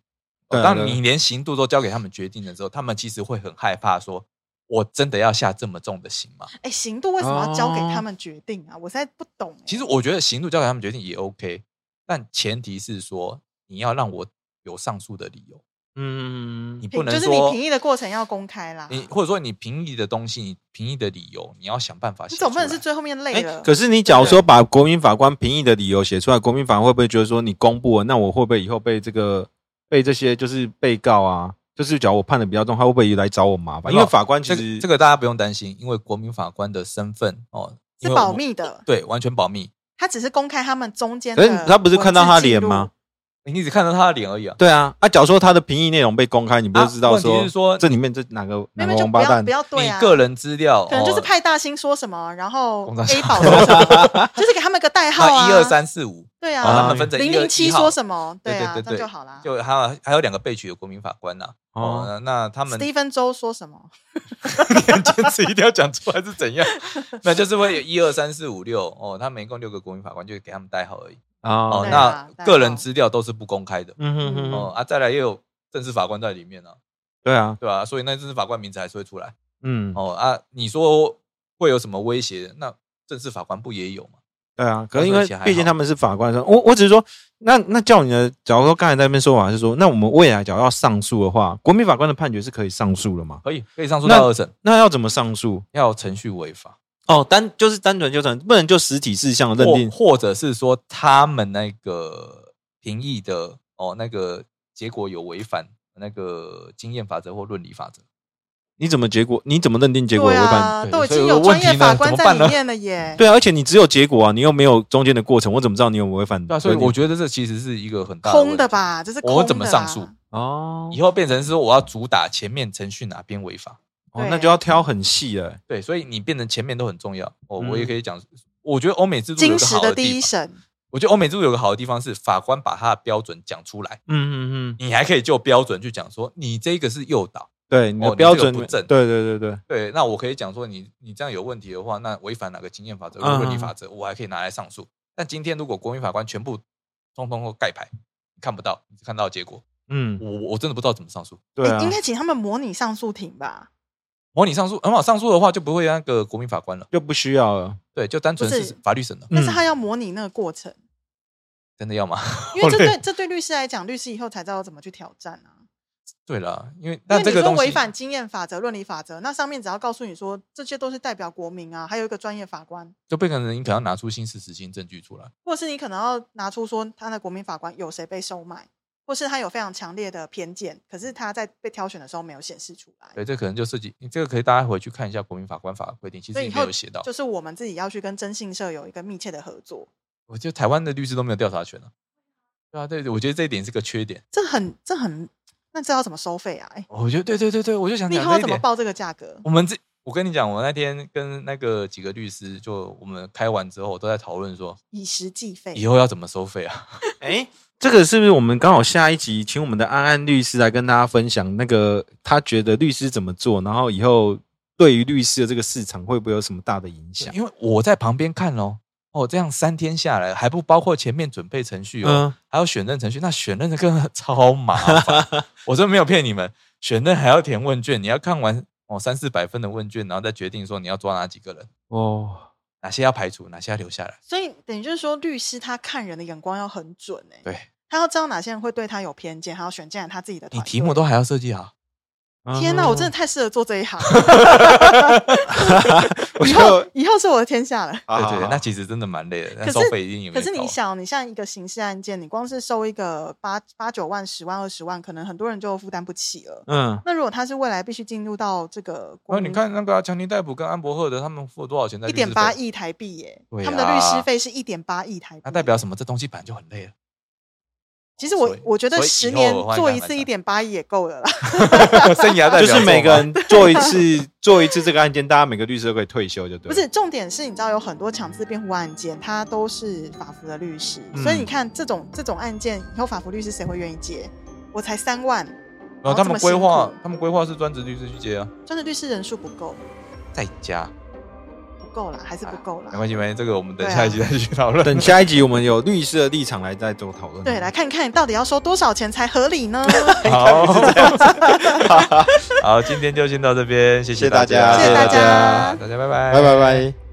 Speaker 2: 对啊
Speaker 1: 当你连刑度都交给他们决定的时候，他们其实会很害怕说，我真的要下这么重的刑吗？
Speaker 3: 哎，刑度为什么要交给他们决定啊？我现在不懂欸。
Speaker 1: 哦其实我觉得刑度交给他们决定也 OK，但前提是说你要让我有上诉的理由，
Speaker 2: 嗯
Speaker 1: 你
Speaker 3: 评
Speaker 1: 不能
Speaker 3: 就是你
Speaker 1: 说嗯
Speaker 3: 评议的过程要公开啦。
Speaker 1: 你或者说你评议的东西，你评议的理由，你要想办法
Speaker 3: 你
Speaker 1: 写出来。
Speaker 3: 总不能是最后面累
Speaker 2: 哎、
Speaker 3: 了。
Speaker 2: 可是你假如说把国民法官评议的理由写出来，国民法官会不会觉得说你公布了，那我会不会以后被这个被这些就是被告啊，就是假如我判的比较重，他会不会来找我麻烦？
Speaker 1: 没有
Speaker 2: 因为法官其
Speaker 1: 这
Speaker 2: 实
Speaker 1: 个这个大家不用担心，因为国民法官的身份哦
Speaker 3: 是
Speaker 1: 因为我
Speaker 3: 保
Speaker 1: 们
Speaker 3: 密的，
Speaker 1: 对，完全保密。
Speaker 3: 他只是公开他们中间
Speaker 2: 可
Speaker 3: 的。
Speaker 2: 是他不是看到他脸吗？？
Speaker 1: 你只看到他的脸而已啊。
Speaker 2: 对啊，啊，假如说他的评议内容被公开，你不就知
Speaker 1: 啊
Speaker 2: 道
Speaker 1: 问题
Speaker 2: 说,、
Speaker 1: 是说
Speaker 2: 这里面这哪个哪
Speaker 3: 那边
Speaker 2: 个
Speaker 3: 就
Speaker 2: 王
Speaker 3: 不
Speaker 2: 八
Speaker 3: 要
Speaker 2: 蛋
Speaker 3: 不？要对
Speaker 1: 你
Speaker 3: 啊，
Speaker 1: 个人资料
Speaker 3: 可能就是
Speaker 1: 哦
Speaker 3: 派大星说什么，然后
Speaker 1: 公章
Speaker 3: A 宝说什么，就是给他们个代号
Speaker 1: 啊 <laughs>
Speaker 3: 啊，
Speaker 1: 一二，三四五，
Speaker 3: 对
Speaker 1: 然后他
Speaker 3: 啊
Speaker 1: 们，分成
Speaker 3: 零零七说什么，
Speaker 1: 对对
Speaker 3: 啊，这样
Speaker 1: 对
Speaker 3: 就
Speaker 1: 对
Speaker 3: 好啦。
Speaker 1: 就还有还有两个被取的国民法官呐。
Speaker 2: 哦
Speaker 1: 哦，那他们
Speaker 3: Stephen 周说什么？
Speaker 1: <laughs> 坚持一定要讲出来是怎
Speaker 3: <laughs>
Speaker 1: 样？那就是会有一二三四五六哦，他们一共六个国民法官，就给他们代号而已。
Speaker 2: 哦
Speaker 1: 哦，
Speaker 3: 对啊
Speaker 1: 那个
Speaker 3: 代号
Speaker 1: 人资料都是不公开的。
Speaker 2: 嗯哼
Speaker 3: 嗯
Speaker 2: 哼
Speaker 1: 哦
Speaker 2: 哼，
Speaker 1: 啊，再来也有正式法官在里面啊，
Speaker 2: 对啊，
Speaker 1: 对吧、所以那正式法官名字还是会出来。
Speaker 2: 嗯，
Speaker 1: 哦啊，你说会有什么威胁？那正式法官不也有吗？
Speaker 2: 对啊，可
Speaker 1: 那
Speaker 2: 能因
Speaker 1: 所以
Speaker 2: 为
Speaker 1: 其实还
Speaker 2: 毕竟
Speaker 1: 好
Speaker 2: 他们是法官的时候，我我只是说，那那叫你的，假如说刚才在那边说法是说，那我们未来假如要上诉的话，国民法官的判决是可以上诉的嘛？
Speaker 1: 可以，可以上诉到二审，
Speaker 2: 那要怎么上诉？
Speaker 1: 要有程序违法，
Speaker 2: 哦，单就是单纯就成，不能就实体事项的认
Speaker 1: 或
Speaker 2: 定。
Speaker 1: 或者是说他们那个评议的哦，那个结果有违反那个经验法则或论理法则。
Speaker 2: 你怎么结果？你怎么认定结果
Speaker 3: 对
Speaker 2: 违反？
Speaker 3: 啊，
Speaker 1: 对
Speaker 3: 都已
Speaker 1: 所以
Speaker 3: 经有专业
Speaker 1: 问题呢
Speaker 3: 法官
Speaker 1: 怎么
Speaker 3: 在
Speaker 1: 办
Speaker 3: 里
Speaker 1: 呢
Speaker 3: 面了耶。
Speaker 2: 对啊，而且你只有结果啊，你又没有中间的过程，我怎么知道你有没有违反？
Speaker 1: 对啊，所以我
Speaker 2: 得
Speaker 1: 觉得这其实是一个很大的问
Speaker 3: 空
Speaker 1: 题
Speaker 3: 的。吧，这是
Speaker 1: 我
Speaker 3: 空
Speaker 1: 怎么
Speaker 3: 的
Speaker 1: 上
Speaker 3: 啦
Speaker 1: 诉？
Speaker 2: 哦
Speaker 1: 以后变成是说我要主打前面程序哪边违法。
Speaker 2: 哦
Speaker 3: 对，
Speaker 2: 那就要挑很细了。欸
Speaker 1: 对，所以你变成前面都很重要。哦，
Speaker 2: 嗯
Speaker 1: 我也可以讲，我觉得欧美制度有
Speaker 3: 金
Speaker 1: 一个
Speaker 3: 石
Speaker 1: 好
Speaker 3: 的第
Speaker 1: 地
Speaker 3: 一
Speaker 1: 方。
Speaker 3: 审，
Speaker 1: 我觉得欧美制度有个好的地方是，法官把他的标准讲出来，
Speaker 2: 嗯嗯嗯，
Speaker 1: 你还可以就标准去讲说，你这个是诱导。
Speaker 2: 对，你
Speaker 1: 哦
Speaker 2: 的
Speaker 1: 你
Speaker 2: 标
Speaker 1: 这个
Speaker 2: 准，
Speaker 1: 不
Speaker 2: 对
Speaker 1: 正
Speaker 2: 对对对，
Speaker 1: 对，那我可以讲说你，你这样有问题的话，那违反哪个经验法则、
Speaker 2: 嗯
Speaker 1: 伦理法则，我还可以拿来上诉。但今天如果国民法官全部通通都盖牌，你看不到，你只看到结果，
Speaker 2: 嗯，
Speaker 1: 我我真的不知道怎么上诉。
Speaker 2: 对啊
Speaker 3: 诶应，该请他们模拟上诉庭吧？
Speaker 1: 模拟上诉很好，上诉的话就不会那个国民法官了，
Speaker 2: 就不需要了。
Speaker 1: 对，就单纯
Speaker 3: 不是
Speaker 1: 是法律审了。
Speaker 3: 但是
Speaker 2: 嗯
Speaker 3: 他要模拟那个过程，
Speaker 1: 真的要吗？ <laughs>
Speaker 3: 因为这
Speaker 2: 好累
Speaker 1: 哦
Speaker 3: 对这对律师来讲，律师以后才知道怎么去挑战啊。
Speaker 1: 对啦，因为
Speaker 3: 因
Speaker 1: 但
Speaker 3: 为
Speaker 1: 这
Speaker 3: 你
Speaker 1: 个
Speaker 3: 说
Speaker 1: 东
Speaker 3: 违
Speaker 1: 西，
Speaker 3: 反经验法则、伦理法则，那上面只要告诉你说这些都是代表国民啊，还有一个专业法官，
Speaker 1: 就变成你可能要拿出新事实性证据出来。
Speaker 3: 或是你可能要拿出说他的国民法官有谁被收买，或是他有非常强烈的偏见，可是他在被挑选的时候没有显示出来。
Speaker 1: 对，这可能就涉及这个可以大家回去看一下国民法官法的规定，其
Speaker 3: 所
Speaker 1: 实
Speaker 3: 以
Speaker 1: 也
Speaker 3: 以
Speaker 1: 没
Speaker 3: 后
Speaker 1: 有写到。
Speaker 3: 就是我们自己要去跟征信社有一个密切的合作，
Speaker 1: 我觉得台湾的律师都没有调查权啊。对啊，对，我觉得这一点是个缺点。
Speaker 3: 这很这很，那这要怎么收费啊？哎、
Speaker 1: 哦我觉得对对对对，我就想
Speaker 3: 你以
Speaker 1: 讲
Speaker 3: 后要
Speaker 1: 这一
Speaker 3: 怎么
Speaker 1: 点。
Speaker 3: 报这个价格？
Speaker 1: 我们这，我跟你讲，我那天跟那个几个律师，就我们开完之后都在讨论说，
Speaker 3: 以时计费。
Speaker 1: 以后要怎么收费 <laughs> 啊？
Speaker 2: 哎，这个是不是我们刚好下一集请我们的安安律师来跟大家分享那个他觉得律师怎么做，然后以后对于律师的这个市场会不会有什么大的影响？
Speaker 1: 因为我在旁边看哦，哦，这样三天下来还不包括前面准备程序哦，
Speaker 2: 嗯，
Speaker 1: 还有选任程序，那选任的更 <laughs> 超麻烦。我真没有骗你们，选任还要填问卷，你要看完哦三四百分的问卷，然后再决定说你要抓哪几个人，
Speaker 2: 哦，
Speaker 1: 哪些要排除，哪些要留下来。
Speaker 3: 所以等于就是说，律师他看人的眼光要很准哎、
Speaker 1: 对
Speaker 3: 他要知道哪些人会对他有偏见，还要选进来他自己的
Speaker 1: 你
Speaker 3: 团
Speaker 1: 题
Speaker 3: 队。
Speaker 1: 目都还要设计好，
Speaker 2: 哦
Speaker 3: 天哪，我真的
Speaker 2: <laughs> 的，
Speaker 3: 太适合做这一
Speaker 1: <laughs>
Speaker 3: 行，<laughs>
Speaker 2: 我
Speaker 3: 以
Speaker 2: 就
Speaker 3: 后以后是我的天下了。
Speaker 1: 对
Speaker 2: 好
Speaker 1: 对
Speaker 2: 好
Speaker 1: 对，
Speaker 2: 好
Speaker 1: 那其实真的蛮累的，那
Speaker 3: 可
Speaker 1: 收
Speaker 3: 是
Speaker 1: 费一定有
Speaker 3: 可
Speaker 1: 点
Speaker 3: 是你
Speaker 1: 高啊
Speaker 3: 想，你像一个刑事案件，你光是收一个八八九万、十万、二十万，可能很多人就负担不起了。
Speaker 2: 嗯，
Speaker 3: 那如果他是未来必须进入到这个国
Speaker 1: 那
Speaker 3: 民，
Speaker 1: 你看那个啊强尼戴普跟安伯赫德，他们付了多少钱在
Speaker 3: 嗯一
Speaker 1: 律师
Speaker 3: 点八
Speaker 1: 费，
Speaker 3: 亿台币耶、
Speaker 1: 对
Speaker 3: 他们的律
Speaker 1: 啊
Speaker 3: 师费是一点八亿台币，
Speaker 1: 那代表什么？这东西本来就很
Speaker 3: <laughs>
Speaker 1: 累了。
Speaker 3: 其实我
Speaker 1: 所以
Speaker 3: 我觉得
Speaker 1: 所以以
Speaker 3: 十
Speaker 1: 后
Speaker 3: 年
Speaker 1: 我换一
Speaker 3: 做
Speaker 1: 个
Speaker 3: 一
Speaker 1: 来
Speaker 3: 次
Speaker 1: 讲
Speaker 3: 一点八亿也够了啦。
Speaker 1: 生涯代表
Speaker 2: 就是
Speaker 1: 作
Speaker 2: 每个
Speaker 1: 吗
Speaker 2: <laughs> 人做一次做一次这个案件，大家每个律师都可以退休，就对。
Speaker 3: 不，是，重点是你知道有很多强制辩护案件，他都是法服的律师，所以你
Speaker 2: 嗯
Speaker 3: 看这种这种案件以后法服律师谁会愿意接？我才三万，
Speaker 1: 然后他们
Speaker 3: 哦这么
Speaker 1: 规
Speaker 3: 辛
Speaker 1: 划
Speaker 3: 苦，
Speaker 1: 他们规划是专职律师去接啊，
Speaker 3: 专职律师人数不够，
Speaker 1: 在家
Speaker 3: 不够啦，还是不够啦。
Speaker 2: 哎
Speaker 1: 没关系，没关系，这个我们等
Speaker 3: 对啊
Speaker 1: 下一集再去讨论。
Speaker 2: 等下一集我们有律师的立场来再做讨论。
Speaker 3: 对，来看看到底要收多少钱才合
Speaker 2: <laughs>
Speaker 3: 理呢？
Speaker 1: 好， <laughs> 好，今天就先到这边，谢
Speaker 2: 谢谢
Speaker 1: 大
Speaker 2: 大家
Speaker 1: 家，
Speaker 2: 谢谢大
Speaker 3: 家
Speaker 1: 大家拜拜，
Speaker 2: 拜拜拜。